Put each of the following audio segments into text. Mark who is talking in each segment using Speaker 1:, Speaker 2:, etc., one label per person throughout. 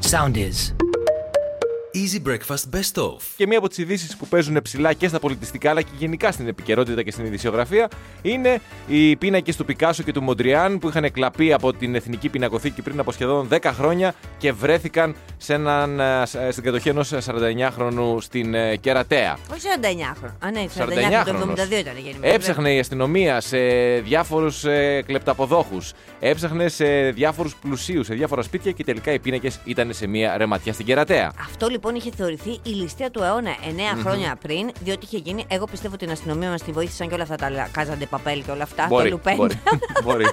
Speaker 1: sound is.
Speaker 2: Easy Breakfast Best Of.
Speaker 3: Και μία από τις ειδήσεις που παίζουν ψηλά και στα πολιτιστικά αλλά και γενικά στην επικαιρότητα και στην ειδησιογραφία είναι οι πίνακες του Πικάσο και του Μοντριάν που είχαν κλαπεί από την Εθνική Πινακοθήκη πριν από σχεδόν 10 χρόνια και βρέθηκαν σε έναν, ε, στην κατοχή ενός 49χρονου στην ε, Κερατέα.
Speaker 4: Όχι 49 χρόνια. Α, ναι, 49
Speaker 3: χρόνος.
Speaker 4: το 72 ήταν γεννημένο.
Speaker 3: Έψαχνε η αστυνομία σε διάφορους κλεπταποδόχους. Έψαχνε σε διάφορους πλουσίους, σε διάφορα σπίτια και τελικά οι πίνακες ήταν σε μία ρεματιά στην Κερατέα.
Speaker 4: Αυτό λοιπόν είχε θεωρηθεί η ληστεία του αιώνα 9 χρόνια πριν, διότι είχε γίνει. Εγώ πιστεύω την αστυνομία μας τη βοήθησαν και όλα αυτά τα λα- κάζαντε παπέλ και όλα αυτά. τα λουπέν.
Speaker 3: μπορεί. μπορεί.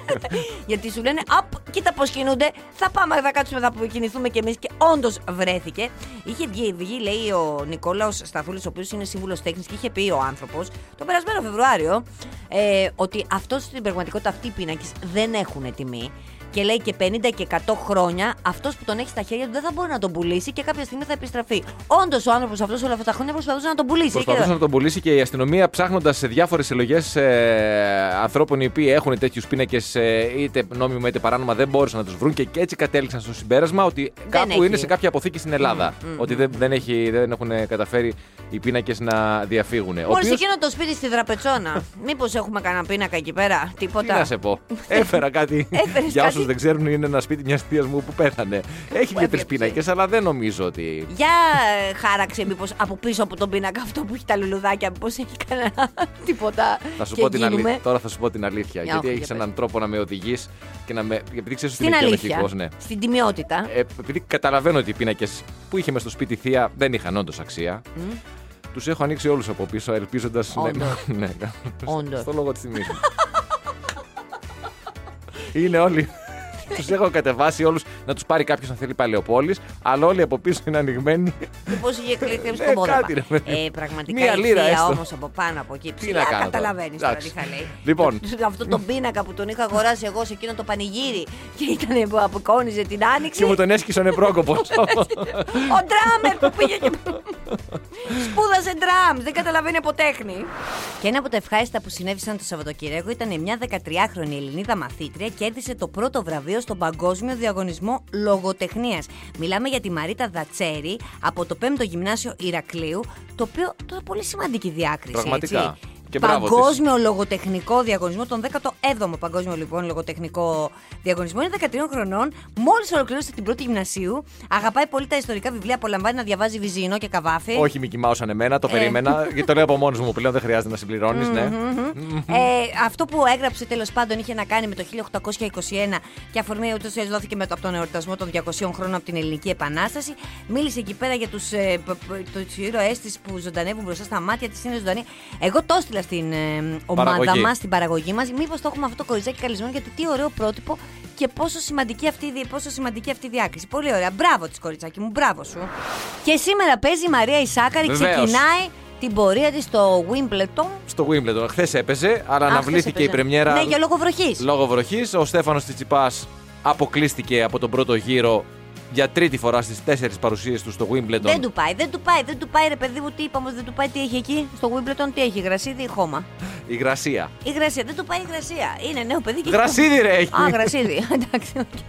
Speaker 4: Γιατί σου λένε, Απ, κοίτα πώς κινούνται. Θα πάμε, θα κάτσουμε, θα κινηθούμε κι εμείς. Και όντως βρέθηκε. Είχε βγει, βγει, λέει ο Νικόλαος Σταθούλης, ο οποίος είναι σύμβουλος τέχνης και είχε πει ο άνθρωπος τον περασμένο Φεβρουάριο ε, ότι αυτός στην πραγματικότητα αυτοί οι πίνακες δεν έχουν τιμή. Και λέει και 50 και 100 χρόνια αυτός που τον έχει στα χέρια του δεν θα μπορεί να τον πουλήσει και κάποια στιγμή θα επιστραφεί. Όντως ο άνθρωπος αυτός όλα αυτά τα χρόνια προσπαθούσε να τον πουλήσει.
Speaker 3: Προσπαθούσαν να τον πουλήσει και η αστυνομία ψάχνοντας σε διάφορες συλλογές ανθρώπων οι οποίοι έχουν τέτοιους πίνακες είτε νόμιμα είτε παράνομα δεν μπόρεσαν να τους βρουν και, και έτσι κατέληξαν στο συμπέρασμα ότι κάπου
Speaker 4: έχει.
Speaker 3: είναι σε κάποια αποθήκη στην Ελλάδα.
Speaker 4: Μμμ, μμμ,
Speaker 3: ότι δεν, δεν, έχει, δεν έχουν καταφέρει οι πίνακες να διαφύγουν. Ο
Speaker 4: Μόλις
Speaker 3: οποίος-
Speaker 4: εκείνο το σπίτι στη Δραπετσόνα. Μήπως έχουμε κανένα πίνακα εκεί πέρα,
Speaker 3: Τι
Speaker 4: τίποτα.
Speaker 3: να σε πω. Έφερα κάτι.
Speaker 4: Έφερες
Speaker 3: Για όσους
Speaker 4: κάτι.
Speaker 3: δεν ξέρουν, είναι ένα σπίτι μιας θεία μου που πέθανε. Έχει και τρει
Speaker 4: έβλεψε.
Speaker 3: πίνακες, αλλά δεν νομίζω ότι.
Speaker 4: Για ε, χάραξε μήπως από πίσω από τον πίνακα αυτό που έχει τα λουλουδάκια, μήπως έχει κανένα τίποτα.
Speaker 3: Θα σου
Speaker 4: και
Speaker 3: πω την
Speaker 4: γίνουμε.
Speaker 3: αλήθεια. Τώρα θα σου πω την αλήθεια.
Speaker 4: Για,
Speaker 3: γιατί
Speaker 4: όχι,
Speaker 3: έχεις
Speaker 4: για
Speaker 3: έναν τρόπο να με οδηγείς και να με. Επειδή ξέρεις ότι
Speaker 4: Στην
Speaker 3: είμαι και
Speaker 4: αλήθεια,
Speaker 3: ενοχικός, ναι.
Speaker 4: στην τιμιότητα.
Speaker 3: Ε, επειδή καταλαβαίνω ότι οι πίνακες που είχε μες στο σπίτι η θεία δεν είχαν όντως αξία. Τους έχω ανοίξει όλους από πίσω, ελπίζοντας.
Speaker 4: Όντως.
Speaker 3: ναι,
Speaker 4: Όντως.
Speaker 3: Στο λόγο της τιμής μου. είναι όλοι. τους έχω κατεβάσει όλους να τους πάρει κάποιος αν θέλει παλαιοπόλη, αλλά όλοι από πίσω είναι ανοιγμένοι.
Speaker 4: Πώς είχε κλείσει
Speaker 3: Ε,
Speaker 4: τον πόδο.
Speaker 3: κάτι, ρε παιδί.
Speaker 4: Ε, πραγματικά
Speaker 3: Μία
Speaker 4: η
Speaker 3: λίρα
Speaker 4: θεία
Speaker 3: έστω.
Speaker 4: όμως από πάνω από εκεί
Speaker 3: να
Speaker 4: ψηλά.
Speaker 3: κάνω τώρα.
Speaker 4: Καταλαβαίνεις τώρα τι
Speaker 3: Εντάξει.
Speaker 4: θα λέει.
Speaker 3: Λοιπόν.
Speaker 4: Το- Αυτό τον πίνακα που τον είχα αγοράσει εγώ σε εκείνο το πανηγύρι και ήταν που αποκόνιζε την άνοιξη.
Speaker 3: και μου τον έσκησε ο νεπρόκοπο.
Speaker 4: Ο ντράμερ που πήγε και. Σπούδασε ντραμ, δεν καταλαβαίνει από τέχνη. Και ένα από τα ευχάριστα που συνέβησαν το Σαββατοκύριακο ήταν μια 13χρονη Ελληνίδα μαθήτρια κέρδισε το πρώτο βραβείο στον Παγκόσμιο Διαγωνισμό Λογοτεχνίας. Μιλάμε για τη Μαρίτα Δατσέρη από το 5ο Γυμνάσιο Ηρακλείου, το οποίο τώρα πολύ σημαντική διάκριση.
Speaker 3: Πραγματικά.
Speaker 4: Έτσι.
Speaker 3: Και μπράβο της.
Speaker 4: Παγκόσμιο παγκόσμιο λογοτεχνικό διαγωνισμό, τον 17ο παγκόσμιο λοιπόν λογοτεχνικό διαγωνισμό. Είναι 13 χρονών, μόλις ολοκλήρωσε την πρώτη γυμνασίου. Αγαπάει πολύ τα ιστορικά βιβλία, απολαμβάνει να διαβάζει Βυζίνο και Καβάφη.
Speaker 3: Όχι, Μικη Μάουσαν εμένα, το
Speaker 4: Ε.
Speaker 3: περίμενα. Γιατί το λέω από μόνος μου πλέον, δεν χρειάζεται να συμπληρώνεις, ναι.
Speaker 4: Ε, αυτό που έγραψε τέλος πάντων είχε να κάνει με το 1821 και αφορμή ούτως ή άλλως δόθηκε με το, από τον εορτασμό των 200 χρόνων από την Ελληνική Επανάσταση. Μίλησε εκεί πέρα για τους ε, ήρωές της που ζωντανεύουν μπροστά στα μάτια της. Είναι ζωντανή. Εγώ το έστειλα στην ε, ομάδα
Speaker 3: Παραγωγή.
Speaker 4: μας, στην παραγωγή μας. Μήπως το έχουμε αυτό το κοριτσάκι καλισμένο γιατί τι ωραίο πρότυπο και πόσο σημαντική αυτή, η δι- πόσο σημαντική αυτή η διάκριση. Πολύ ωραία. Μπράβο της κοριτσάκι μου, μπράβο σου. Και σήμερα παίζει η Μαρία Ισάκαρη,
Speaker 3: Βεβαίως.
Speaker 4: ξεκινάει την πορεία της στο Wimbledon.
Speaker 3: Στο Wimbledon. Χθες έπαιζε, αλλά
Speaker 4: χθες
Speaker 3: αναβλήθηκε η
Speaker 4: έπαιζε.
Speaker 3: πρεμιέρα.
Speaker 4: Ναι, για λόγω βροχής.
Speaker 3: Λόγω βροχής. Ο Στέφανος Τσιτσιπάς αποκλείστηκε από τον πρώτο γύρο για τρίτη φορά στις τέσσερις παρουσίες του στο Wimbledon.
Speaker 4: Δεν του πάει, δεν του πάει, δεν του πάει ρε παιδί μου, τι είπαμε, δεν του πάει, τι έχει εκεί. Στο Wimbledon τι έχει, γρασίδι ή χώμα.
Speaker 3: Η Γρασία.
Speaker 4: Η γρασία, δεν του πάει η γρασία. Είναι νέο παιδί και. έχει
Speaker 3: Γρασίδι ρε έχει.
Speaker 4: χώμα. Α, γρασίδι, εντάξει, οκ.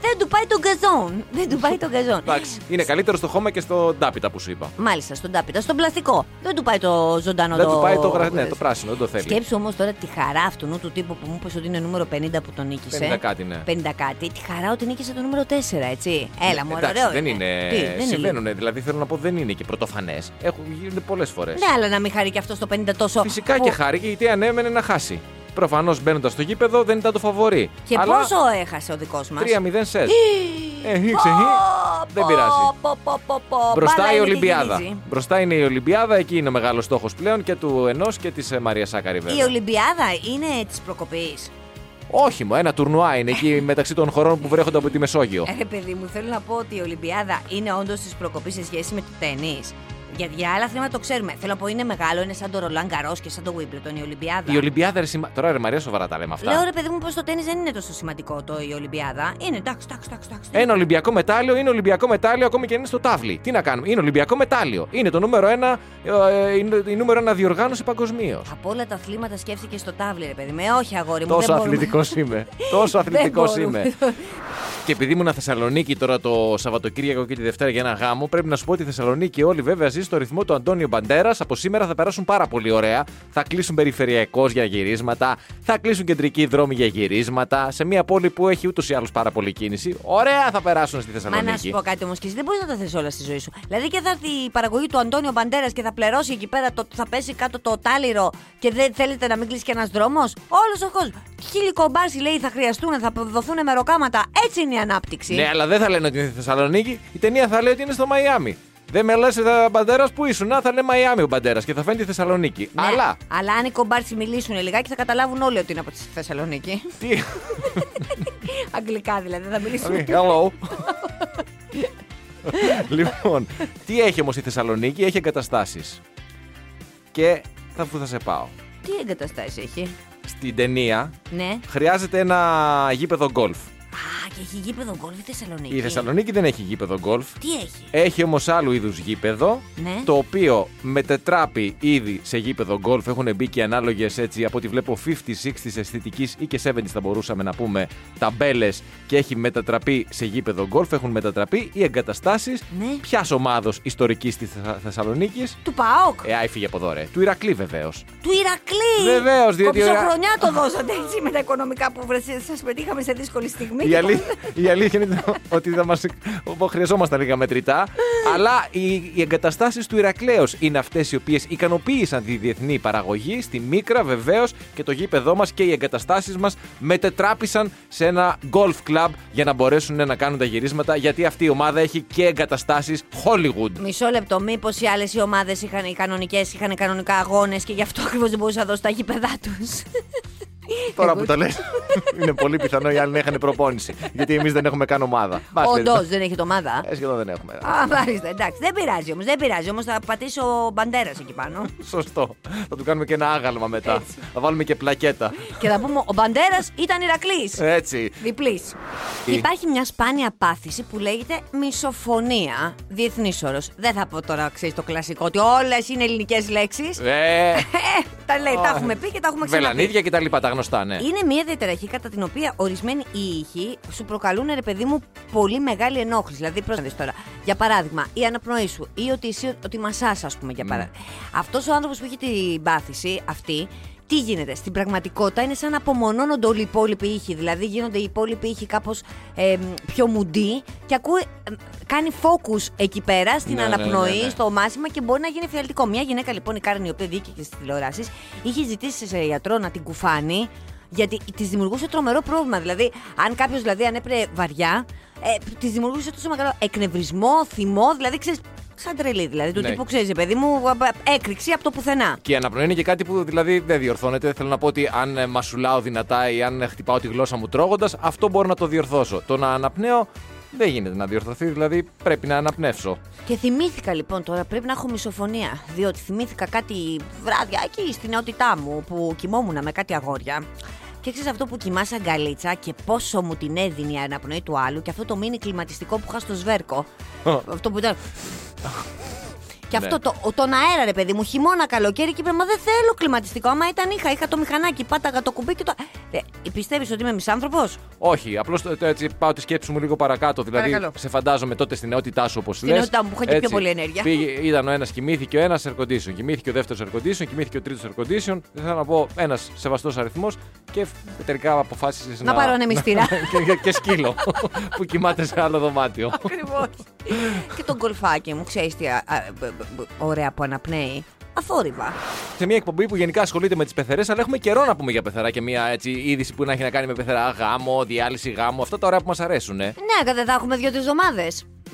Speaker 4: Δεν του πάει τον καζόν. Δεν του πάει τον καζόν.
Speaker 3: Εντάξει. Είναι καλύτερο στο χώμα και στο ντάπιτα που σου είπα.
Speaker 4: Μάλιστα, στον τάπιτα, στον πλαστικό. Δεν του πάει το ζωντανό
Speaker 3: Δεν του πάει το, γρα... ναι, το πράσινο, δεν το θέλει.
Speaker 4: Σκέψου όμως τώρα τη χαρά αυτού νου του τύπου που μου είπες ότι είναι νούμερο 50 που τον νίκησε.
Speaker 3: 50 κάτι, ναι.
Speaker 4: 50 κάτι. Τη χαρά ότι νίκησε το νούμερο 4, έτσι. Έλα, μου
Speaker 3: Εντάξει,
Speaker 4: ωραίο.
Speaker 3: δεν είναι.
Speaker 4: Τι, δεν είναι
Speaker 3: Συμβαίνουν, δηλαδή θέλω να πω δεν είναι και πρωτοφανές. Έχουν γίνονται πολλές φορές.
Speaker 4: Ναι, αλλά να μην χάρει και αυτό στο 50 τόσο.
Speaker 3: Φυσικά
Speaker 4: που-
Speaker 3: και χάρηκε γιατί ανέμενε να χάσει. Προφανώς μπαίνοντας στο γήπεδο δεν ήταν το φαβορή.
Speaker 4: Και
Speaker 3: Αλλά
Speaker 4: πόσο έχασε ο δικός μας.
Speaker 3: 3-0 σετ. Ε, ήξε, ε, δεν πειράζει. Μπροστά η Ολυμπιάδα. Μπροστά είναι η Ολυμπιάδα, εκεί είναι ο μεγάλος στόχος πλέον και του ενός και της Μαρίας Σάκαρη,
Speaker 4: Η
Speaker 3: βέβαια.
Speaker 4: Ολυμπιάδα είναι της προκοπής.
Speaker 3: Όχι, μα ένα τουρνουά είναι
Speaker 4: Ε.
Speaker 3: εκεί μεταξύ των χωρών που βρέχονται από τη Μεσόγειο.
Speaker 4: Ρε παιδί μου, θέλω να πω ότι η Ολυμπιάδα είναι όντως της προκοπής σε σχέση με το τέννη. Για, για άλλα θέματα το ξέρουμε. Θέλω να πω είναι μεγάλο, είναι σαν το Ρολάν Καρό και σαν το Wimbledon, η Ολυμπιάδα.
Speaker 3: Η Ολυμπιάδα. ρε, σημα- Τώρα ρε Μαρία, σοβαρά τα λέμε αυτά.
Speaker 4: ε. Λέω ρε παιδί μου πω το τέννη δεν είναι τόσο σημαντικό το η Ολυμπιάδα. Είναι εντάξει, εντάξει, εντάξει. εντάξει.
Speaker 3: Ένα Ολυμπιακό μετάλλιο είναι Ολυμπιακό μετάλλιο ακόμη και αν είναι στο τάβλι. Τι να κάνουμε, είναι Ολυμπιακό μετάλλιο. Είναι το νούμερο ένα, ε, είναι η νούμερο ένα διοργάνωση παγκοσμίως.
Speaker 4: Από όλα τα αθλήματα σκέφτηκες στο τάβλι, ρε παιδί μου. Ε, όχι, αγόρι μου.
Speaker 3: Τόσο
Speaker 4: δεν μπορούμε.
Speaker 3: αθλητικός είμαι. Τόσο αθλητικός
Speaker 4: Δεν μπορούμε.
Speaker 3: είμαι. Και επειδή ήμουν Θεσσαλονίκη τώρα το Σαββατοκύριακο και τη Δευτέρα για ένα γάμο, πρέπει να σου πω ότι η Θεσσαλονίκη όλοι βέβαια ζει στο ρυθμό του Αντώνιο Μπαντέρας. Από σήμερα θα περάσουν πάρα πολύ ωραία. Θα κλείσουν περιφερειακός για γυρίσματα, θα κλείσουν κεντρικοί δρόμοι για γυρίσματα, σε μια πόλη που έχει ούτως ή άλλως πάρα πολύ κίνηση. Ωραία θα περάσουν στη
Speaker 4: Μα να σου
Speaker 3: Θεσσαλονίκη.
Speaker 4: πω κάτι όμως και εσύ δεν μπορείς να τα θες όλα στη ζωή σου. Δηλαδή και θα έρθει η παραγωγή του Αντώνιο Μπαντέρας και θα πληρώσει εκεί πέρα, το, θα πέσει κάτω το τάλιρο και δεν θέλετε να μην κλείσει και ένας δρόμος. Όλος ο κόσμος. Χίλιοι κομπάρσι λέει θα χρειαστούν, θα δοθούν μεροκάματα. Έτσι είναι η ανάπτυξη.
Speaker 3: Ναι, αλλά δεν θα λένε ότι είναι στη Θεσσαλονίκη. Η ταινία θα λέει ότι είναι στο Μαϊάμι. Δεν με λες, Μπαντέρας που ήσουν. Να, θα είναι Μαϊάμι ο Μπαντέρας και θα φαίνεται η Θεσσαλονίκη.
Speaker 4: Ναι,
Speaker 3: Αλλά.
Speaker 4: αλλά αν οι κομπάρσι μιλήσουν λιγάκι θα καταλάβουν όλοι ότι είναι από τη Θεσσαλονίκη.
Speaker 3: Τι.
Speaker 4: Αγγλικά δηλαδή θα μιλήσουν.
Speaker 3: Okay, hello. λοιπόν, τι έχει όμως η Θεσσαλονίκη, έχει εγκαταστάσεις. Και θα που θα σε πάω.
Speaker 4: Τι εγκαταστάσεις έχει.
Speaker 3: Στην ταινία
Speaker 4: Ναι.
Speaker 3: χρειάζεται ένα γήπεδο γκολφ.
Speaker 4: Α, και έχει γήπεδο γκολφ η Θεσσαλονίκη.
Speaker 3: Η Θεσσαλονίκη δεν έχει γήπεδο γκολφ.
Speaker 4: Τι έχει.
Speaker 3: Έχει όμως άλλου είδους γήπεδο,
Speaker 4: Ναι.
Speaker 3: το οποίο μετετράπει ήδη σε γήπεδο γκολφ. Έχουν μπει και ανάλογες έτσι, από ό,τι βλέπω, 50-60 αισθητικής ή και 70 θα μπορούσαμε να πούμε, ταμπέλες και έχει μετατραπεί σε γήπεδο γκολφ. Έχουν μετατραπεί οι εγκαταστάσεις
Speaker 4: Ναι.
Speaker 3: ποιας ομάδος ιστορικής της Θεσσαλονίκης.
Speaker 4: Του ΠΑΟΚ.
Speaker 3: Ε, άι, φύγε από εδώ, ρε. Του Ηρακλή βεβαίως.
Speaker 4: Του Ηρακλή!
Speaker 3: Βεβαίως, διότι ο Ηρα-
Speaker 4: χρονιά το δώσατε έτσι με τα οικονομικά που σας πετύχαμε σε δύσκολη στιγμή.
Speaker 3: Η, αλή... η αλήθεια είναι ότι θα μας... χρειαζόμασταν λίγα μετρητά. αλλά οι, οι εγκαταστάσεις του Ηρακλέως είναι αυτές οι οποίες ικανοποίησαν τη διεθνή παραγωγή, στη Μίκρα βεβαίως και το γήπεδό μας και οι εγκαταστάσεις μας μετετράπησαν σε ένα golf club για να μπορέσουν να κάνουν τα γυρίσματα γιατί αυτή η ομάδα έχει και εγκαταστάσεις Hollywood.
Speaker 4: Μισό λεπτό, μήπως οι άλλες οι ομάδες είχαν οι κανονικές, είχαν κανονικά αγώνες και γι' αυτό ακριβώς δεν μπορούσαν να δώσουν τα γήπεδά τους.
Speaker 3: Τώρα που τα λες, είναι πολύ πιθανό οι άλλοι να είχαν προπόνηση. Γιατί εμείς δεν έχουμε καν ομάδα.
Speaker 4: Όντω δεν έχετε ομάδα.
Speaker 3: Ε, σχεδόν δεν έχουμε.
Speaker 4: Α, μάλιστα, εντάξει. Δεν πειράζει όμως, δεν πειράζει όμως. Θα πατήσω μπαντέρας εκεί πάνω.
Speaker 3: Σωστό. Θα του κάνουμε και ένα άγαλμα μετά.
Speaker 4: Έτσι.
Speaker 3: Θα βάλουμε και πλακέτα.
Speaker 4: και θα πούμε, ο μπαντέρας ήταν Ηρακλής.
Speaker 3: Έτσι.
Speaker 4: Διπλής.
Speaker 3: Ε. Τι?
Speaker 4: Υπάρχει μια σπάνια πάθηση που λέγεται μισοφωνία. Διεθνής όρος. Δεν θα πω τώρα, ξέρεις το κλασικό, ότι όλες είναι ελληνικές λέξεις.
Speaker 3: Ε,
Speaker 4: τα λέει, τα
Speaker 3: Α,
Speaker 4: έχουμε πει και τα έχουμε ξαναπεί.
Speaker 3: βελανίδια και τα λοιπά, τα γνωστά, ναι.
Speaker 4: Είναι μια διαταραχή κατά την οποία ορισμένοι οι ήχοι σου προκαλούν, ρε παιδί μου, πολύ μεγάλη ενόχληση. Δηλαδή, πρόσεχε τώρα. Για παράδειγμα, η αναπνοή σου ή ότι εσύ ότι μασάς, ας πούμε, για
Speaker 3: Ναι.
Speaker 4: παράδειγμα. Αυτός ο άνθρωπος που έχει την πάθηση αυτή, τι γίνεται. Στην πραγματικότητα είναι σαν να απομονώνονται όλοι οι υπόλοιποι ήχοι. Δηλαδή, γίνονται οι υπόλοιποι ήχοι κάπως πιο μουντί και ακούει, ε, κάνει focus εκεί πέρα στην
Speaker 3: Ναι, ναι, ναι,
Speaker 4: αναπνοή,
Speaker 3: ναι.
Speaker 4: στο μάσημα και μπορεί να γίνει φιαλτικό. Μια γυναίκα λοιπόν, η Κάρνη, η οποία διοίκηκε στις τηλεοράσεις, είχε ζητήσει σε ιατρό να την κουφάνει, γιατί της δημιουργούσε τρομερό πρόβλημα. Δηλαδή, αν κάποιος δηλαδή ανέπρε βαριά, ε, της δημιουργούσε τόσο μεγάλο εκνευρισμό, θυμό, δηλαδή ξέρεις. Σαν τρελή, δηλαδή. Του
Speaker 3: Ναι.
Speaker 4: τύπου ξέρεις, παιδί μου, αμπα- έκρηξη από το πουθενά.
Speaker 3: Και η αναπνοή είναι και κάτι που δηλαδή δεν διορθώνεται. Θέλω να πω ότι αν ε, μασουλάω δυνατά ή αν ε, χτυπάω τη γλώσσα μου τρώγοντας, αυτό μπορώ να το διορθώσω. Το να αναπνέω δεν γίνεται να διορθωθεί, δηλαδή πρέπει να αναπνεύσω.
Speaker 4: Και θυμήθηκα λοιπόν τώρα, πρέπει να έχω μισοφωνία. Διότι θυμήθηκα κάτι βράδια εκεί στην νεότητά μου που κοιμόμουν με κάτι αγόρια. Και ξέρεις αυτό που κοιμάσαι αγκαλίτσα και πόσο μου την έδινε η αναπνοή του άλλου και αυτό το μίνι κλιματιστικό που είχα στο σβέρκο. αυτό που ήταν. Και αυτό
Speaker 3: Ναι.
Speaker 4: το, ο- τον αέρα, ρε παιδί μου, χειμώνα, καλοκαίρι και είπε, Μα δεν θέλω κλιματιστικό. Άμα ήταν, είχα, είχα το μηχανάκι, πάταγα το κουμπί και το. Ε, Πιστεύεις ότι είμαι μισάνθρωπος.
Speaker 3: Όχι, απλώς έτσι πάω τη σκέψη μου λίγο παρακάτω. Δηλαδή,
Speaker 4: Παρακαλώ.
Speaker 3: σε φαντάζομαι τότε στην νεότητά σου όπως λε. Στην
Speaker 4: νεότητά μου, που είχα και πιο πολύ ενέργεια.
Speaker 3: Πήγε, ήταν ο ένας κοιμήθηκε, ο ένας air condition. Κοιμήθηκε ο δεύτερος air condition, κοιμήθηκε ο τρίτος air condition. Δεν θέλω να πω ένας σεβαστός αριθμός και τελικά αποφάσισες να.
Speaker 4: Να πάρω ανεμιστήρα.
Speaker 3: και, και σκύλο που κοιμάται σε άλλο δωμάτιο.
Speaker 4: Ακριβώς. και τον κολφάκι μου, ξέρεις τι α- α- μπ- μπ- μπ- ωραία που αναπνέει. Αθόρυβα.
Speaker 3: σε μια εκπομπή που γενικά ασχολείται με τις πεθερές, αλλά έχουμε καιρό να πούμε για πεθερά και μια έτσι, είδηση που να έχει να κάνει με πεθερά γάμο, διάλυση γάμο, αυτά τα ωραία που μας αρέσουν.
Speaker 4: Ναι, κατά θα έχουμε δύο-τρει εβδομάδε.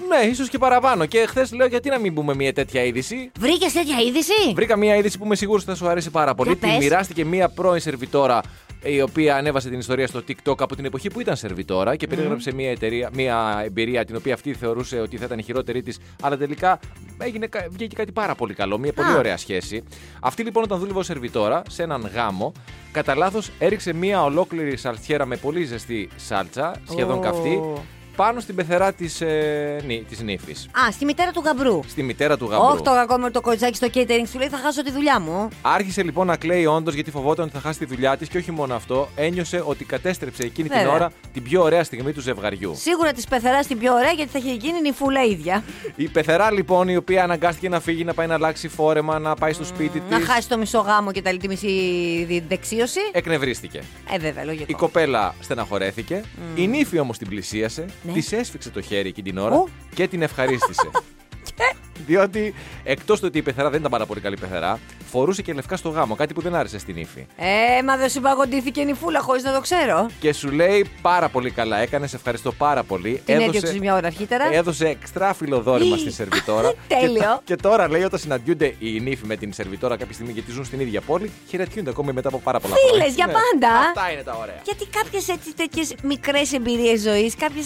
Speaker 3: Ναι, ίσως και παραπάνω. Και χθες λέω γιατί να μην πούμε μια τέτοια είδηση.
Speaker 4: Βρήκες τέτοια είδηση.
Speaker 3: Βρήκα μία είδηση που είμαι σίγουρος ότι θα σου αρέσει πάρα πολύ.
Speaker 4: Για
Speaker 3: Τη
Speaker 4: πες.
Speaker 3: μοιράστηκε μία πρώην σερβιτόρα ε, η οποία ανέβασε την ιστορία στο TikTok από την εποχή που ήταν σερβιτόρα και περιέγραψε μια, εταιρεία, μια εμπειρία την οποία αυτή θεωρούσε ότι θα ήταν η χειρότερη της, αλλά τελικά έγινε, κα- βγήκε κάτι πάρα πολύ καλό, μια πολύ
Speaker 4: Α.
Speaker 3: ωραία σχέση. Αυτή λοιπόν όταν δούλευε ως σερβιτόρα σε έναν γάμο, κατά λάθος έριξε μια ολόκληρη σαλτσιέρα με πολύ ζεστή σάλτσα, σχεδόν
Speaker 4: Ω.
Speaker 3: καυτή, πάνω στην πεθερά της ε, νύ- της νύφης.
Speaker 4: Α, στη μητέρα του γαμπρού.
Speaker 3: Στη μητέρα του γαμπρού.
Speaker 4: Όχι το κακό με το κοτσάκι στο catering σου λέει θα χάσω τη δουλειά μου.
Speaker 3: Άρχισε λοιπόν να κλαίει όντως γιατί φοβόταν ότι θα χάσει τη δουλειά της και όχι μόνο αυτό, ένιωσε ότι κατέστρεψε εκείνη την
Speaker 4: Βέβαια.
Speaker 3: ώρα την πιο ωραία στιγμή του ζευγαριού.
Speaker 4: Σίγουρα της πεθεράς την πιο ωραία γιατί θα έχει γίνει η φούλα ίδια.
Speaker 3: Η πεθερά λοιπόν η οποία αναγκάστηκε να φύγει, να πάει να αλλάξει φόρεμα, να πάει στο σπίτι
Speaker 4: Να
Speaker 3: της.
Speaker 4: χάσει το μισό γάμο και τα λίτη μισή δι- δεξίωση.
Speaker 3: Εκνευρίστηκε.
Speaker 4: Ε, βέβαια, λογικό.
Speaker 3: Η κοπέλα στεναχωρέθηκε. Η νύφη όμως την πλησίασε,
Speaker 4: Ναι.
Speaker 3: της τη έσφιξε το χέρι εκείνη την ώρα
Speaker 4: Ω.
Speaker 3: και την ευχαρίστησε. Διότι εκτός του ότι η πεθερά δεν ήταν πάρα πολύ καλή πεθερά, φορούσε και λευκά στο γάμο, κάτι που δεν άρεσε στην ύφη.
Speaker 4: Ε, μα δεν συμπαγοντήθηκε η φούλα χωρίς να το ξέρω.
Speaker 3: Και σου λέει πάρα πολύ καλά έκανες, σε ευχαριστώ πάρα πολύ.
Speaker 4: Την έδιωξε μια ώρα αρχίτερα.
Speaker 3: Έδωσε εξτράφυλλο δόρυμα
Speaker 4: Ή.
Speaker 3: στη σερβιτόρα.
Speaker 4: Τέλειο.
Speaker 3: Και, τ- και τώρα λέει όταν συναντιούνται οι νύφοι με την σερβιτόρα κάποια στιγμή γιατί ζουν στην ίδια πόλη, χαιρετιούνται ακόμη μετά από πάρα πολλά
Speaker 4: Φίλες,
Speaker 3: χρόνια.
Speaker 4: για
Speaker 3: Ναι.
Speaker 4: πάντα.
Speaker 3: Αυτά είναι τα ωραία.
Speaker 4: Γιατί κάποιες έτσι τέτοιες μικρές εμπειρίες ζωής, κάποιες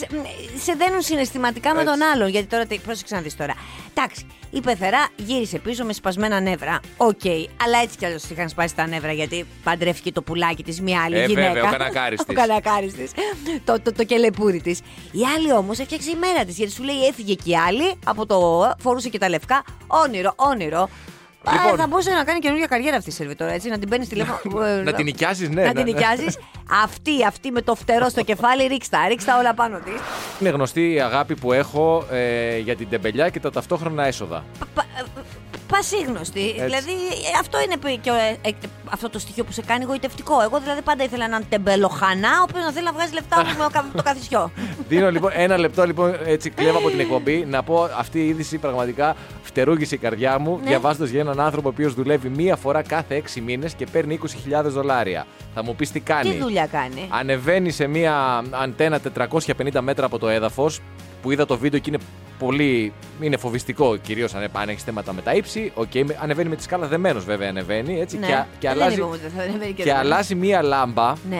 Speaker 4: σε δένουν συναισθηματικά με
Speaker 3: Έτσι.
Speaker 4: τον άλλον. Γιατί τώρα. τι- Πρόσεξε να δεις τώρα. Εντάξει, η πεθερά γύρισε πίσω με σπασμένα νεύρα. Οκ. αλλά έτσι κι αλλιώς είχαν σπάσει τα νεύρα γιατί παντρεύτηκε το πουλάκι της, μια άλλη
Speaker 3: Ε,
Speaker 4: γυναίκα.
Speaker 3: βέβαια, ο κανακάρης της.
Speaker 4: Ο κανακάρης της. Το, το, το κελεπούρι της. Η άλλη όμως έφτιαξε η μέρα της. Γιατί σου λέει έφυγε και η άλλη από το. φορούσε και τα λευκά. Όνειρο, όνειρο. Α,
Speaker 3: Λοιπόν.
Speaker 4: θα μπορούσε να κάνει καινούργια καριέρα αυτή η σερβιτόρα, έτσι, να την παίρνεις τηλέφωνο. ε,
Speaker 3: Να την νοικιάζεις, ναι.
Speaker 4: να
Speaker 3: ναι, ναι.
Speaker 4: την νοικιάζεις. αυτή, αυτή με το φτερό στο κεφάλι, ρίξτα, ρίξτα όλα πάνω της.
Speaker 3: Είναι γνωστή η αγάπη που έχω ε, για την τεμπελιά και τα ταυτόχρονα έσοδα.
Speaker 4: Πασίγνωστη. Δηλαδή, ε, αυτό είναι που- και, ε, ε, αυτό το στοιχείο που σε κάνει γοητευτικό. Εγώ δηλαδή πάντα ήθελα έναν τεμπελοχανά, ο οποίος να θέλει να βγάζει λεφτά όμως με το κα- το καθισιό.
Speaker 3: Δίνω λοιπόν ένα λεπτό, λοιπόν, έτσι κλέβω από την εκπομπή να πω αυτή η είδηση πραγματικά φτερούγησε η καρδιά μου,
Speaker 4: Ναι.
Speaker 3: διαβάζοντας για έναν άνθρωπο ο οποίος δουλεύει μία φορά κάθε 6 μήνες και παίρνει 20.000 δολάρια. Θα μου πεις τι κάνει.
Speaker 4: Τι δουλειά κάνει.
Speaker 3: Ανεβαίνει σε μία αντένα 450 μέτρα από το έδαφος που είδα το βίντεο και είναι πολύ. είναι φοβιστικό κυρίως αν, αν έχεις θέματα με τα ύψη. Οκ, με- ανεβαίνει με τη σκάλα δεμένος βέβαια ανεβαίνει έτσι,
Speaker 4: Ναι.
Speaker 3: και, α- και
Speaker 4: Δεν
Speaker 3: αλλάζει,
Speaker 4: είπαμε ότι δεν θα ανεβαίνει
Speaker 3: και
Speaker 4: δεν-
Speaker 3: αλλάζει μία λάμπα
Speaker 4: Ναι.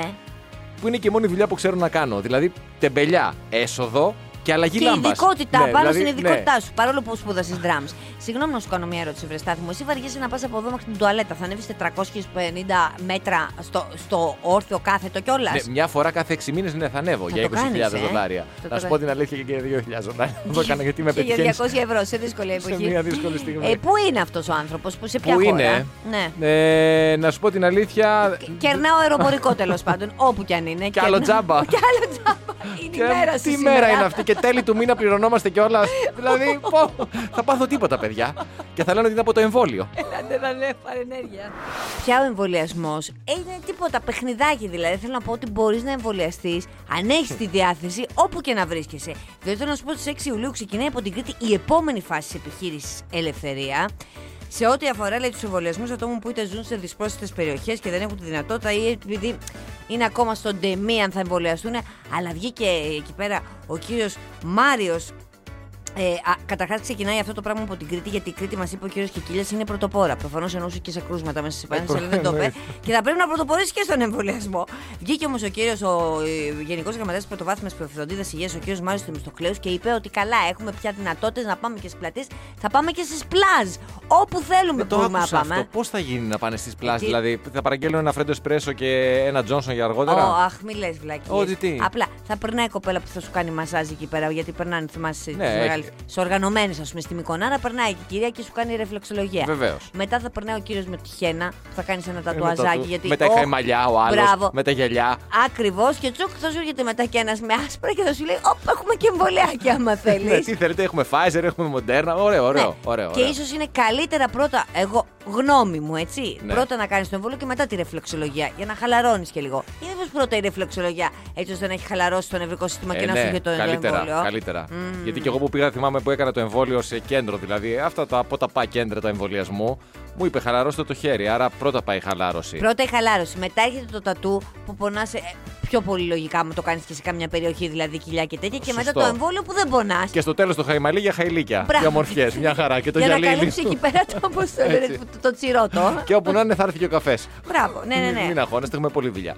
Speaker 3: που είναι και η μόνη δουλειά που ξέρω να κάνω. Δηλαδή τεμπελιά, έσοδο και αλλαγή
Speaker 4: Και η
Speaker 3: λάμπας.
Speaker 4: ειδικότητα,
Speaker 3: Ναι,
Speaker 4: πάνω
Speaker 3: δηλαδή,
Speaker 4: στην
Speaker 3: ναι.
Speaker 4: ειδικότητά σου, παρόλο που σπούδασες drums. Συγγνώμη να σου κάνω μια ερώτηση, Βρεστάθη μου. Εσύ βαριέσαι να πας από εδώ μέχρι την τουαλέτα. Θα ανέβεις 450 μέτρα στο, στο όρθιο κάθετο κιόλας.
Speaker 3: Ναι, μια φορά κάθε 6 μήνες ναι, θα ανέβω
Speaker 4: Θα
Speaker 3: για
Speaker 4: το
Speaker 3: 20.000
Speaker 4: κάνεις, ε.
Speaker 3: δολάρια.
Speaker 4: Θα το
Speaker 3: Να σου πω
Speaker 4: κάνεις.
Speaker 3: την αλήθεια και για 2.000 δολάρια. Το έκανα γιατί με
Speaker 4: Και για 200
Speaker 3: πετυχαίνεις.
Speaker 4: ευρώ, σε δύσκολη εποχή.
Speaker 3: Σε μια δύσκολη στιγμή.
Speaker 4: Ε, πού είναι αυτός ο άνθρωπος, που σε ποια
Speaker 3: Πού
Speaker 4: χώρα.
Speaker 3: είναι.
Speaker 4: Ναι.
Speaker 3: Ε, να σου πω την αλήθεια.
Speaker 4: Κε- Κερνάω αεροπορικό τέλος πάντων, όπου κι αν είναι.
Speaker 3: Κι άλλο
Speaker 4: Κερνάω-
Speaker 3: τζάμπα.
Speaker 4: Κι άλλο τζάμπα. Είναι η
Speaker 3: Και
Speaker 4: μέρα σου
Speaker 3: τι
Speaker 4: σήμερα.
Speaker 3: μέρα είναι αυτή και τέλη του μήνα πληρωνόμαστε κιόλας. δηλαδή, πω, θα πάθω τίποτα, παιδιά. Και θα λένε ότι είναι από το εμβόλιο.
Speaker 4: Ελάτε να λέω παρενέργεια. Πια ο εμβολιασμός είναι τίποτα παιχνιδάκι. Δηλαδή θέλω να πω ότι μπορείς να εμβολιαστείς αν έχεις τη διάθεση όπου και να βρίσκεσαι. Διότι θέλω να σου πω ότι στις 6 Ιουλίου ξεκινάει από την Κρήτη η επόμενη φάση της επιχείρησης Ελευθερία. Σε ό,τι αφορά λέει, τους εμβολιασμούς ατόμων που είτε ζουν σε δυσπρόσιτες περιοχές και δεν έχουν τη δυνατότητα ή επειδή είναι ακόμα στον τεμή αν θα εμβολιαστούν. Αλλά βγήκε εκεί πέρα ο κύριος Μάριος ε, Καταρχάς, ξεκινάει αυτό το πράγμα από την Κρήτη, γιατί η Κρήτη μας είπε ο κύριος Κικίλια είναι πρωτοπόρα. Προφανώς εννοούσε και σε κρούσματα μέσα στις
Speaker 3: Ε,
Speaker 4: επανέλειψει, αλλά δεν
Speaker 3: ναι.
Speaker 4: το είπε. και θα πρέπει να πρωτοπορήσει και στον εμβολιασμό. Βγήκε όμως ο κύριος, ο ε, Γενικός Γραμματέας της Πρωτοβάθμιας Προφιδοντίδα Υγείας, ο κύριος Μάριο Τιμιστοκλέου, και είπε ότι καλά, έχουμε πια δυνατότητες να πάμε και στις πλατείες, θα πάμε και στις πλάζ. Όπου θέλουμε
Speaker 3: Δεν Ε, το
Speaker 4: μπορούμε να
Speaker 3: άκουσα
Speaker 4: πάμε.
Speaker 3: αυτό. Πώς θα γίνει να πάνε στις πλάσει,
Speaker 4: τι-
Speaker 3: δηλαδή θα παραγγέλνω ένα φρέντο εσπρέσο και ένα Τζόνσον για
Speaker 4: Ω,
Speaker 3: αργότερα.
Speaker 4: αχ, μη λες βλακίες.
Speaker 3: Ό,τι τι.
Speaker 4: Απλά θα περνάει η κοπέλα που θα σου κάνει μασάζ εκεί πέρα, γιατί περνάνε, θυμάσαι,
Speaker 3: Ναι,
Speaker 4: ναι,
Speaker 3: έχει.
Speaker 4: σε οργανωμένε, ας πούμε, στη Μικονάρα. Περνάει και η κυρία και σου κάνει ρεφλεξολογία.
Speaker 3: Βεβαίως.
Speaker 4: Μετά θα περνάει ο κύριος με τη χένα, που θα κάνει ένα
Speaker 3: Ε, μετά του-
Speaker 4: τατουαζάκι. γιατί,
Speaker 3: Μετά
Speaker 4: οχ,
Speaker 3: είχα η μαλλιά ο άλλος.
Speaker 4: Μπράβο.
Speaker 3: Με τα γυαλιά.
Speaker 4: Ακριβώς και τσουκ θα σου έρχεται μετά και ένας με άσπρα και θα σου λέει: Όπα, έχουμε και εμβολιάκι άμα
Speaker 3: Ναι,
Speaker 4: θέλεις.
Speaker 3: τι θέλετε, έχουμε Pfizer, έχουμε Moderna. Ωραίο, ωραίο. ωραίο,
Speaker 4: Ναι. Και
Speaker 3: ωραίο.
Speaker 4: ίσως είναι καλύτερα πρώτα, εγώ γνώμη μου, έτσι.
Speaker 3: Ναι.
Speaker 4: Πρώτα να κάνεις το εμβόλιο και μετά τη ρεφλεξολογία. Για να χαλαρώνεις και λίγο. Ή μήπω πρώτα η ρεφλεξολογία, έτσι ώστε να έχει χαλαρώσει το νευρικό σύστημα
Speaker 3: Ε,
Speaker 4: και να
Speaker 3: ναι,
Speaker 4: σου είχε το
Speaker 3: καλύτερα,
Speaker 4: εμβόλιο.
Speaker 3: Καλύτερα. Γιατί και εγώ που πήγα, θυμάμαι που έκανα το εμβόλιο σε κέντρο. Δηλαδή, αυτά τα ποταπά κέντρα του εμβολιασμού. Μου είπε χαλαρώστε το χέρι, άρα πρώτα πάει η χαλάρωση.
Speaker 4: Πρώτα η χαλάρωση, μετά έρχεται το τατού που πονάς πιο πολύ λογικά μου το κάνεις και σε κάμια περιοχή, δηλαδή κοιλιά και τέτοια. Και μετά
Speaker 3: Σωστό.
Speaker 4: το εμβόλιο που δεν πονάς.
Speaker 3: Και στο τέλος το χαϊμαλί για χαϊλίκια.
Speaker 4: Μπράβο.
Speaker 3: Για μορφιές, μια χαρά. Και το
Speaker 4: για να
Speaker 3: γυαλί.
Speaker 4: καλύψει εκεί πέρα το, όπως το, λένε,
Speaker 3: Έτσι.
Speaker 4: το, το, τσιρότο.
Speaker 3: Και όπου να είναι θα έρθει και ο καφές.
Speaker 4: Μπράβο, ναι, ναι,
Speaker 3: Μην
Speaker 4: ναι.
Speaker 3: αγχώνεστε, έχουμε πολλή δουλειά.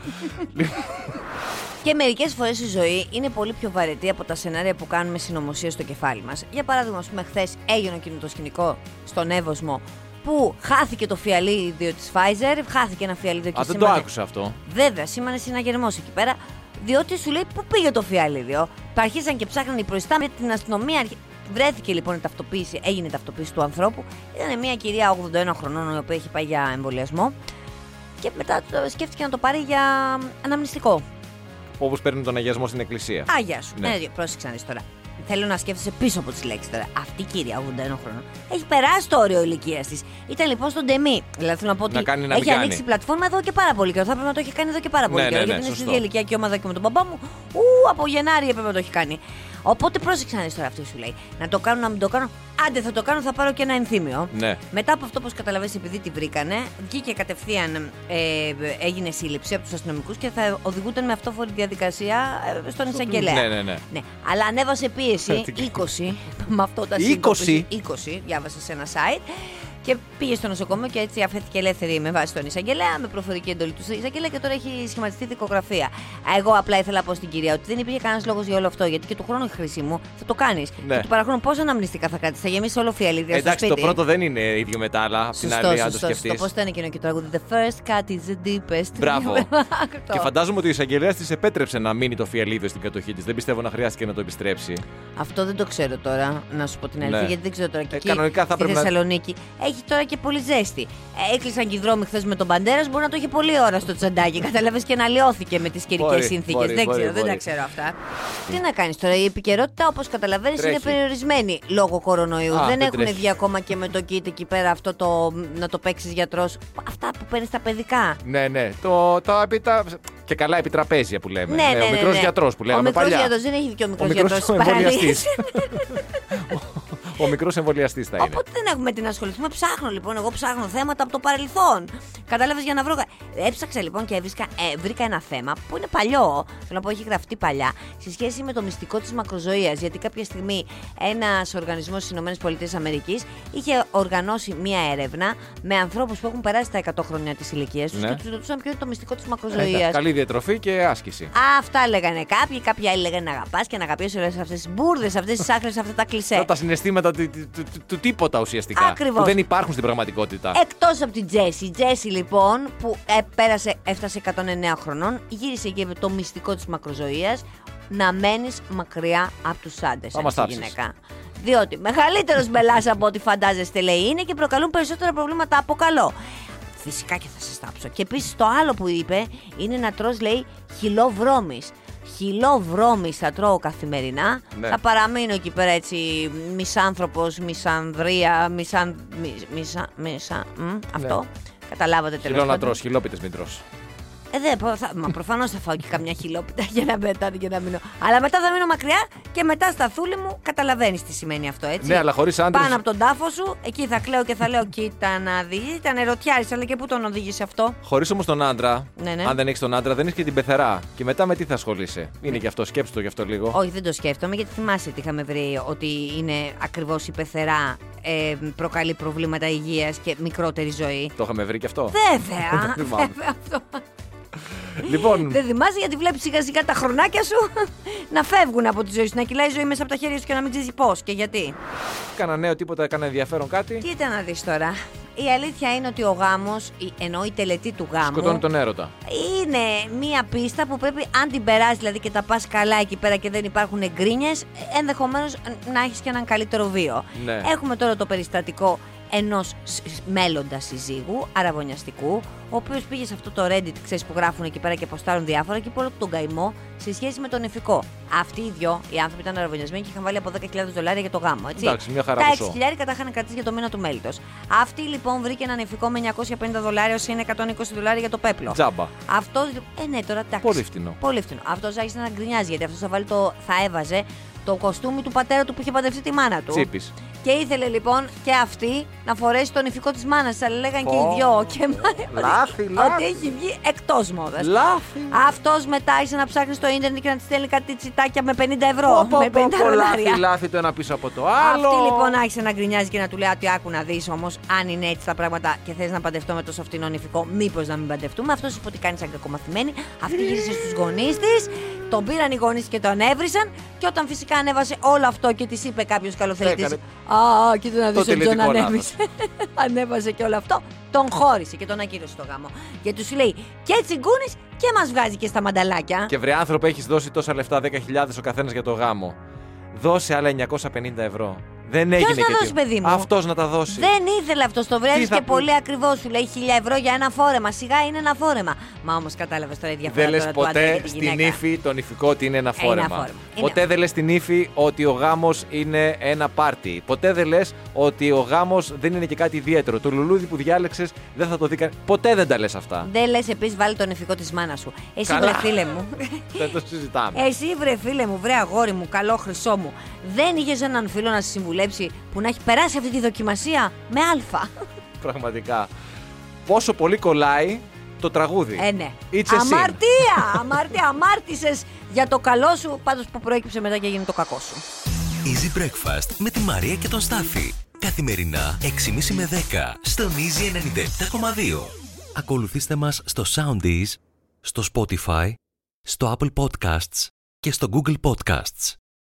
Speaker 4: Και μερικές φορές η ζωή είναι πολύ πιο βαρετή από τα σενάρια που κάνουμε συνωμοσία στο κεφάλι μας. Για παράδειγμα, ας πούμε, χθες έγινε εκείνο το σκηνικό στον Εύωσμο που χάθηκε το φιαλίδιο της Pfizer, χάθηκε ένα φιαλίδιο και
Speaker 3: Α, δεν το
Speaker 4: σήμανε-
Speaker 3: άκουσα αυτό.
Speaker 4: Βέβαια, σήμανε συναγερμός εκεί πέρα, διότι σου λέει πού πήγε το φιαλίδιο. Τα αρχίσαν και ψάχναν οι προϊστάμενοι την αστυνομία. αρχι- Βρέθηκε λοιπόν η ταυτοποίηση, έγινε η ταυτοποίηση του ανθρώπου. Ήταν μια κυρία 81 χρονών, η οποία είχε πάει για εμβολιασμό. Και μετά το- σκέφτηκε να το πάρει για αναμνηστικό.
Speaker 3: Όπως παίρνουν τον αγιασμό στην εκκλησία.
Speaker 4: Άγια σου.
Speaker 3: Ναι.
Speaker 4: Ναι, ναι πρόσεξε να δεις τώρα. Θέλω να σκέφτεσαι πίσω από τις λέξεις τώρα. Αυτή η κυρία, 81 χρονών, έχει περάσει το όριο ηλικίας της. Ήταν λοιπόν στον Ντεμή. Δηλαδή θέλω να πω ότι
Speaker 3: Να κάνει, να μην
Speaker 4: έχει
Speaker 3: κάνει.
Speaker 4: ανοίξει πλατφόρμα εδώ και πάρα πολύ καιρό. Θα έπρεπε να το έχει κάνει εδώ και πάρα πολύ
Speaker 3: Ναι,
Speaker 4: καιρό.
Speaker 3: ναι, ναι,
Speaker 4: γιατί είναι στην
Speaker 3: σωστό.
Speaker 4: ίδια ηλικιακή ομάδα και με τον παπά μου. Ου, από Γενάρη έπρεπε να το έχει κάνει. Οπότε πρόσεξε να δεις τώρα αυτή σου λέει. Να το κάνω, να μην το κάνω. Άντε θα το κάνω, θα πάρω και ένα ενθύμιο.
Speaker 3: Ναι.
Speaker 4: Μετά από αυτό, όπως καταλαβαίνει, επειδή τη βρήκανε, βγήκε κατευθείαν, ε, έγινε σύλληψη από τους αστυνομικούς και θα οδηγούνταν με αυτόφορη διαδικασία ε, στον εισαγγελέα.
Speaker 3: Ναι, ναι, ναι.
Speaker 4: Ναι. Αλλά ανέβασε πίεση 20 με αυτό τα
Speaker 3: 20?
Speaker 4: σύγκοπη. 20, διάβασα σε ένα site. Και πήγε στο νοσοκομείο και έτσι αφέθηκε ελεύθερη με βάση τον εισαγγελέα, με προφορική εντολή του εισαγγελέα και τώρα έχει σχηματιστεί δικογραφία. Εγώ απλά ήθελα να πω στην κυρία ότι δεν υπήρχε κανένας λόγος για όλο αυτό, γιατί και του χρόνου χρήση μου θα το κάνεις.
Speaker 3: Ναι.
Speaker 4: Και του παραχρόνου πόσα αναμνηστικά θα κρατήσει, θα γεμίσει όλο φιαλίδια στο
Speaker 3: Εντάξει, το
Speaker 4: σπίτι.
Speaker 3: πρώτο δεν είναι ίδιο μετά, αλλά απ' την άλλη, αν το σκεφτείς.
Speaker 4: Πώς ήταν εκείνο και το τραγούδι. The first cut is the deepest.
Speaker 3: Μπράβο.
Speaker 4: Αυτό.
Speaker 3: Και φαντάζομαι ότι η εισαγγελέας της επέτρεψε να μείνει το φιαλίδιο στην κατοχή της. Δεν πιστεύω να χρειάστηκε να το επιστρέψει.
Speaker 4: Αυτό δεν το ξέρω τώρα, να σου πω την αλήθεια,
Speaker 3: Ναι.
Speaker 4: γιατί δεν ξέρω τώρα.
Speaker 3: Ε,
Speaker 4: Και εκεί,
Speaker 3: κανονικά θα
Speaker 4: στη
Speaker 3: πρέπει να-
Speaker 4: Θεσσαλονίκη έχει τώρα και πολύ ζέστη. Ε, Έκλεισαν και οι δρόμοι χθες με τον Παντέρας, μπορεί να το είχε πολλή ώρα στο τσαντάκι. Κατάλαβες και να λιώθηκε με τις καιρικές
Speaker 3: Μπορεί,
Speaker 4: συνθήκες.
Speaker 3: μπορεί,
Speaker 4: Δεν
Speaker 3: μπορεί,
Speaker 4: ξέρω, δεν
Speaker 3: μπορεί.
Speaker 4: τα ξέρω αυτά. Τι να κάνεις τώρα, η επικαιρότητα όπως καταλαβαίνεις είναι
Speaker 3: Τρέχει.
Speaker 4: περιορισμένη λόγω κορονοϊού.
Speaker 3: Α,
Speaker 4: δεν
Speaker 3: δεν
Speaker 4: έχουν
Speaker 3: τρέχει.
Speaker 4: βγει ακόμα και με το kit εκεί πέρα αυτό το να το παίξεις γιατρός. Αυτά που παίρνεις στα παιδικά.
Speaker 3: Ναι, ναι. Το, τα, επί- τα- και καλά επιτραπέζια που λέμε. Ε,
Speaker 4: Ναι, ναι, ναι,
Speaker 3: ο μικρός
Speaker 4: ναι.
Speaker 3: γιατρός που
Speaker 4: Ο
Speaker 3: λέγαμε
Speaker 4: μικρός
Speaker 3: παλιά.
Speaker 4: γιατρός δεν έχει βγει ο μικρός
Speaker 3: μικρός
Speaker 4: γιατρός.
Speaker 3: εμβολιαστής. ο μικρός εμβολιαστής θα είναι.
Speaker 4: Οπότε δεν έχουμε τι να ασχοληθούμε. Ψάχνω λοιπόν. Εγώ ψάχνω θέματα από το παρελθόν. Κατάλαβες για να βρω. Έψαξα λοιπόν και έβρισκα, ε, βρήκα ένα θέμα που είναι παλιό. Θέλω να πω, έχει γραφτεί παλιά. Σε σχέση με το μυστικό της μακροζωίας. Γιατί κάποια στιγμή ένας οργανισμός στι ΗΠΑ είχε οργανώσει μία έρευνα με ανθρώπους που έχουν περάσει τα 100 χρόνια της ηλικίας τους
Speaker 3: Ναι.
Speaker 4: και τους ρωτούσαν ποιο είναι το μυστικό της
Speaker 3: Ε, εντάξει,
Speaker 4: μακροζωίας.
Speaker 3: Καλή διατροφή και άσκηση.
Speaker 4: Α, αυτά λέγανε κάποιοι. Κάποιοι άλλοι λέγανε να αγαπάς και να αγαπήσεις όλες αυτές τις μπουρδες, αυτές τις άκρε, αυτά τα κλισέ.
Speaker 3: Τα- Τα συναισθήματα του, του- του- του τίποτα ουσιαστικά.
Speaker 4: ναι. Ακριβώς. Ε,
Speaker 3: Που δεν υπάρχουν στην πραγματικότητα.
Speaker 4: Εκτός από την Τζέσι. Η Τζέσι λοιπόν που ε, πέρασε, έφτασε 109 χρονών, γύρισε και είπε το μυστικό της μακροζωίας να μένεις μακριά από τους άντρες.
Speaker 3: Θα μας θάψεις.
Speaker 4: γυναίκα. Διότι μεγαλύτερος μπελάς από ό,τι φαντάζεστε, λέει, είναι και προκαλούν περισσότερα προβλήματα από καλό. Φυσικά και θα σας τάψω. Και επίσης το άλλο που είπε είναι να τρως λέει, χυλό βρώμη. Χυλό βρώμη θα τρώω καθημερινά.
Speaker 3: Ναι.
Speaker 4: Θα παραμείνω εκεί πέρα έτσι μισάνθρωπος, μισανδρία, μισαν... μι- μισα, μισα, μ, αυτό. Καταλάβατε τέλος
Speaker 3: Χιλό Ναι. να
Speaker 4: πάντων.
Speaker 3: τρώ, χιλόπιτε μην τρως.
Speaker 4: Ε, δεν, πω, θα, μα προφανώς θα φάω και καμιά χιλόπιτα για να μετά και να μείνω. Αλλά μετά θα μείνω μακριά και μετά στα θούλη μου καταλαβαίνεις τι σημαίνει αυτό, έτσι.
Speaker 3: Ναι, αλλά χωρίς άντρες.
Speaker 4: Πάνω από τον τάφο σου, εκεί θα κλαίω και θα λέω κοίτα να δεις, ήταν ερωτιάρης, αλλά και πού τον οδήγησε αυτό.
Speaker 3: Χωρίς όμως τον άντρα,
Speaker 4: Ναι, ναι.
Speaker 3: αν δεν έχεις τον άντρα, δεν έχεις και την πεθερά. Και μετά με τι θα ασχολείσαι. Είναι
Speaker 4: Ε.
Speaker 3: και αυτό, σκέψτε το γι' αυτό λίγο.
Speaker 4: Όχι, δεν το σκέφτομαι, γιατί θυμάσαι τι είχαμε βρει ότι είναι ακριβώς η πεθερά, ε, προκαλεί προβλήματα υγείας και μικρότερη ζωή.
Speaker 3: Το είχαμε βρει και αυτό.
Speaker 4: Βέβαια.
Speaker 3: Το θυμάμαι.
Speaker 4: βέβαια αυτό.
Speaker 3: Λοιπόν,
Speaker 4: Δεν θυμάσαι γιατί βλέπεις σιγά σιγά τα χρονάκια σου να φεύγουν από τη ζωή σου. Να κυλάει η ζωή μέσα από τα χέρια σου και να μην ξέρεις πώς και γιατί.
Speaker 3: κάνα νέο τίποτα, κάνα ενδιαφέρον κάτι.
Speaker 4: Κοίτα να δεις τώρα. Η αλήθεια είναι ότι ο γάμος, ενώ η τελετή του γάμου.
Speaker 3: Σκοτώνει τον έρωτα.
Speaker 4: Είναι μία πίστα που πρέπει, αν την περάσει δηλαδή και τα πας καλά εκεί πέρα και δεν υπάρχουν γκρίνιε, ενδεχομένως να έχεις και έναν καλύτερο βίο.
Speaker 3: Ναι.
Speaker 4: Έχουμε τώρα το περιστατικό ενός μέλλοντας συζύγου, αραβωνιαστικού, ο οποίος πήγε σε αυτό το Reddit, ξέρεις που γράφουν εκεί πέρα και ποστάρουν διάφορα και είπε όλο τον καημό σε σχέση με τον εφικό. Αυτοί οι δυο, οι άνθρωποι ήταν αραβωνιασμένοι και είχαν βάλει από 10.000 δολάρια για το γάμο. Έτσι.
Speaker 3: Εντάξει, μια χαρά
Speaker 4: Τα
Speaker 3: ποσό.
Speaker 4: 6.000 χιλιάρικα τα είχαν κρατήσει για το μήνα του μέλητο. Αυτή λοιπόν βρήκε έναν εφικό με 950 δολάρια, ως είναι 120 δολάρια για το πέπλο.
Speaker 3: Τζάμπα.
Speaker 4: Αυτός. Ε, ναι, τώρα εντάξει.
Speaker 3: Πολύ φτηνό.
Speaker 4: Πολύ φτηνό. Αυτός άρχισε να γκρινιάζει γιατί αυτός θα, βάλει το, θα έβαζε Το κοστούμι του πατέρα του που είχε παντρευτεί τη μάνα του.
Speaker 3: Τσίπης.
Speaker 4: Και ήθελε λοιπόν και αυτή να φορέσει τον ηφικό της μάνας. Αλλά λέγαν και
Speaker 3: Πω.
Speaker 4: οι δυο. Και μάλλον
Speaker 3: Λάθη,
Speaker 4: ότι
Speaker 3: λάθη.
Speaker 4: έχει βγει εκτός μόδας.
Speaker 3: Λάθη.
Speaker 4: Αυτός μετά άρχισε να ψάχνει στο ίντερνετ και να της στέλνει κάτι τσιτάκια με 50 ευρώ.
Speaker 3: Πω, πω,
Speaker 4: με
Speaker 3: πω,
Speaker 4: 50
Speaker 3: πω,
Speaker 4: δολάρια.
Speaker 3: λάθη, λάθη το ένα πίσω από το άλλο.
Speaker 4: Αυτή λοιπόν άρχισε να γκρινιάζει και να του λέει ότι άκου να δεις όμως, αν είναι έτσι τα πράγματα και θες να παντευτώ με τόσο φτηνό νηφικό, μήπως να μην παντευτούμε. Αυτός είπε ότι κάνει σαν κακομαθημένη. Αυτή γύρισε στους γονείς της, τον πήραν οι γονείς και τον έβρισαν. Και όταν φυσικά ανέβασε όλο αυτό και της είπε κάποιος καλοθελητής.
Speaker 3: Έκανε
Speaker 4: Α, κοίτα να
Speaker 3: το
Speaker 4: δεις ότι τον
Speaker 3: τελετικό
Speaker 4: ανέβησε. ανέβασε και όλο αυτό. Τον χώρισε και τον ακύρωσε το γάμο. Γιατί τους λέει και τσιγκούνη και μας βγάζει και στα μανταλάκια.
Speaker 3: Και βρε άνθρωπο, έχεις δώσει τόσα λεφτά, 10.000 ο καθένας για το γάμο. Δώσε άλλα 950 ευρώ. Δεν έγινε
Speaker 4: να
Speaker 3: και
Speaker 4: δώσει, παιδί μου?
Speaker 3: Αυτός να τα δώσει.
Speaker 4: Δεν ήθελε αυτός το βρέθη
Speaker 3: Τι θα
Speaker 4: και
Speaker 3: πει?
Speaker 4: πολύ ακριβώς σου λέει 1000 ευρώ για ένα φόρεμα. Σιγά είναι ένα φόρεμα. Μα όμως κατάλαβες τώρα η διαφορά.
Speaker 3: Δεν λες
Speaker 4: τώρα του άντρα και
Speaker 3: ποτέ
Speaker 4: τη
Speaker 3: στην
Speaker 4: γυναίκα.
Speaker 3: ύφη τον ηφικό ότι είναι ένα
Speaker 4: Ένα
Speaker 3: φόρεμα.
Speaker 4: φόρεμα. Είναι.
Speaker 3: Ποτέ δεν λες στην ύφη ότι ο γάμος είναι ένα πάρτι. Ποτέ δεν λες ότι ο γάμος δεν είναι και κάτι ιδιαίτερο. Το λουλούδι που διάλεξες δεν θα το δει κανένα. Ποτέ δεν τα λες αυτά.
Speaker 4: Δεν λες επίσης βάλει τον ηφικό της μάνα σου. Εσύ
Speaker 3: Καλά.
Speaker 4: βρε φίλε μου.
Speaker 3: Δεν το συζητάμε.
Speaker 4: Εσύ βρε φίλε μου, βρε αγόρι μου, καλό χρυσό μου. Δεν είχες έναν φίλο να σε συμβουλέψει που να έχει περάσει αυτή τη δοκιμασία με αλφα.
Speaker 3: Πραγματικά. Πόσο πολύ κολλάει το τραγούδι.
Speaker 4: Ε, ναι.
Speaker 3: It's a sin.
Speaker 4: αμαρτία! αμαρτία! Αμάρτησες για το καλό σου, πάντως που προέκυψε μετά και έγινε το κακό σου.
Speaker 2: Easy Breakfast με τη Μαρία και τον Στάφη. Καθημερινά 6.30 με 10 στον Easy 97.2. Ακολουθήστε μας στο Soundees, στο Spotify, στο Apple Podcasts και στο Google Podcasts.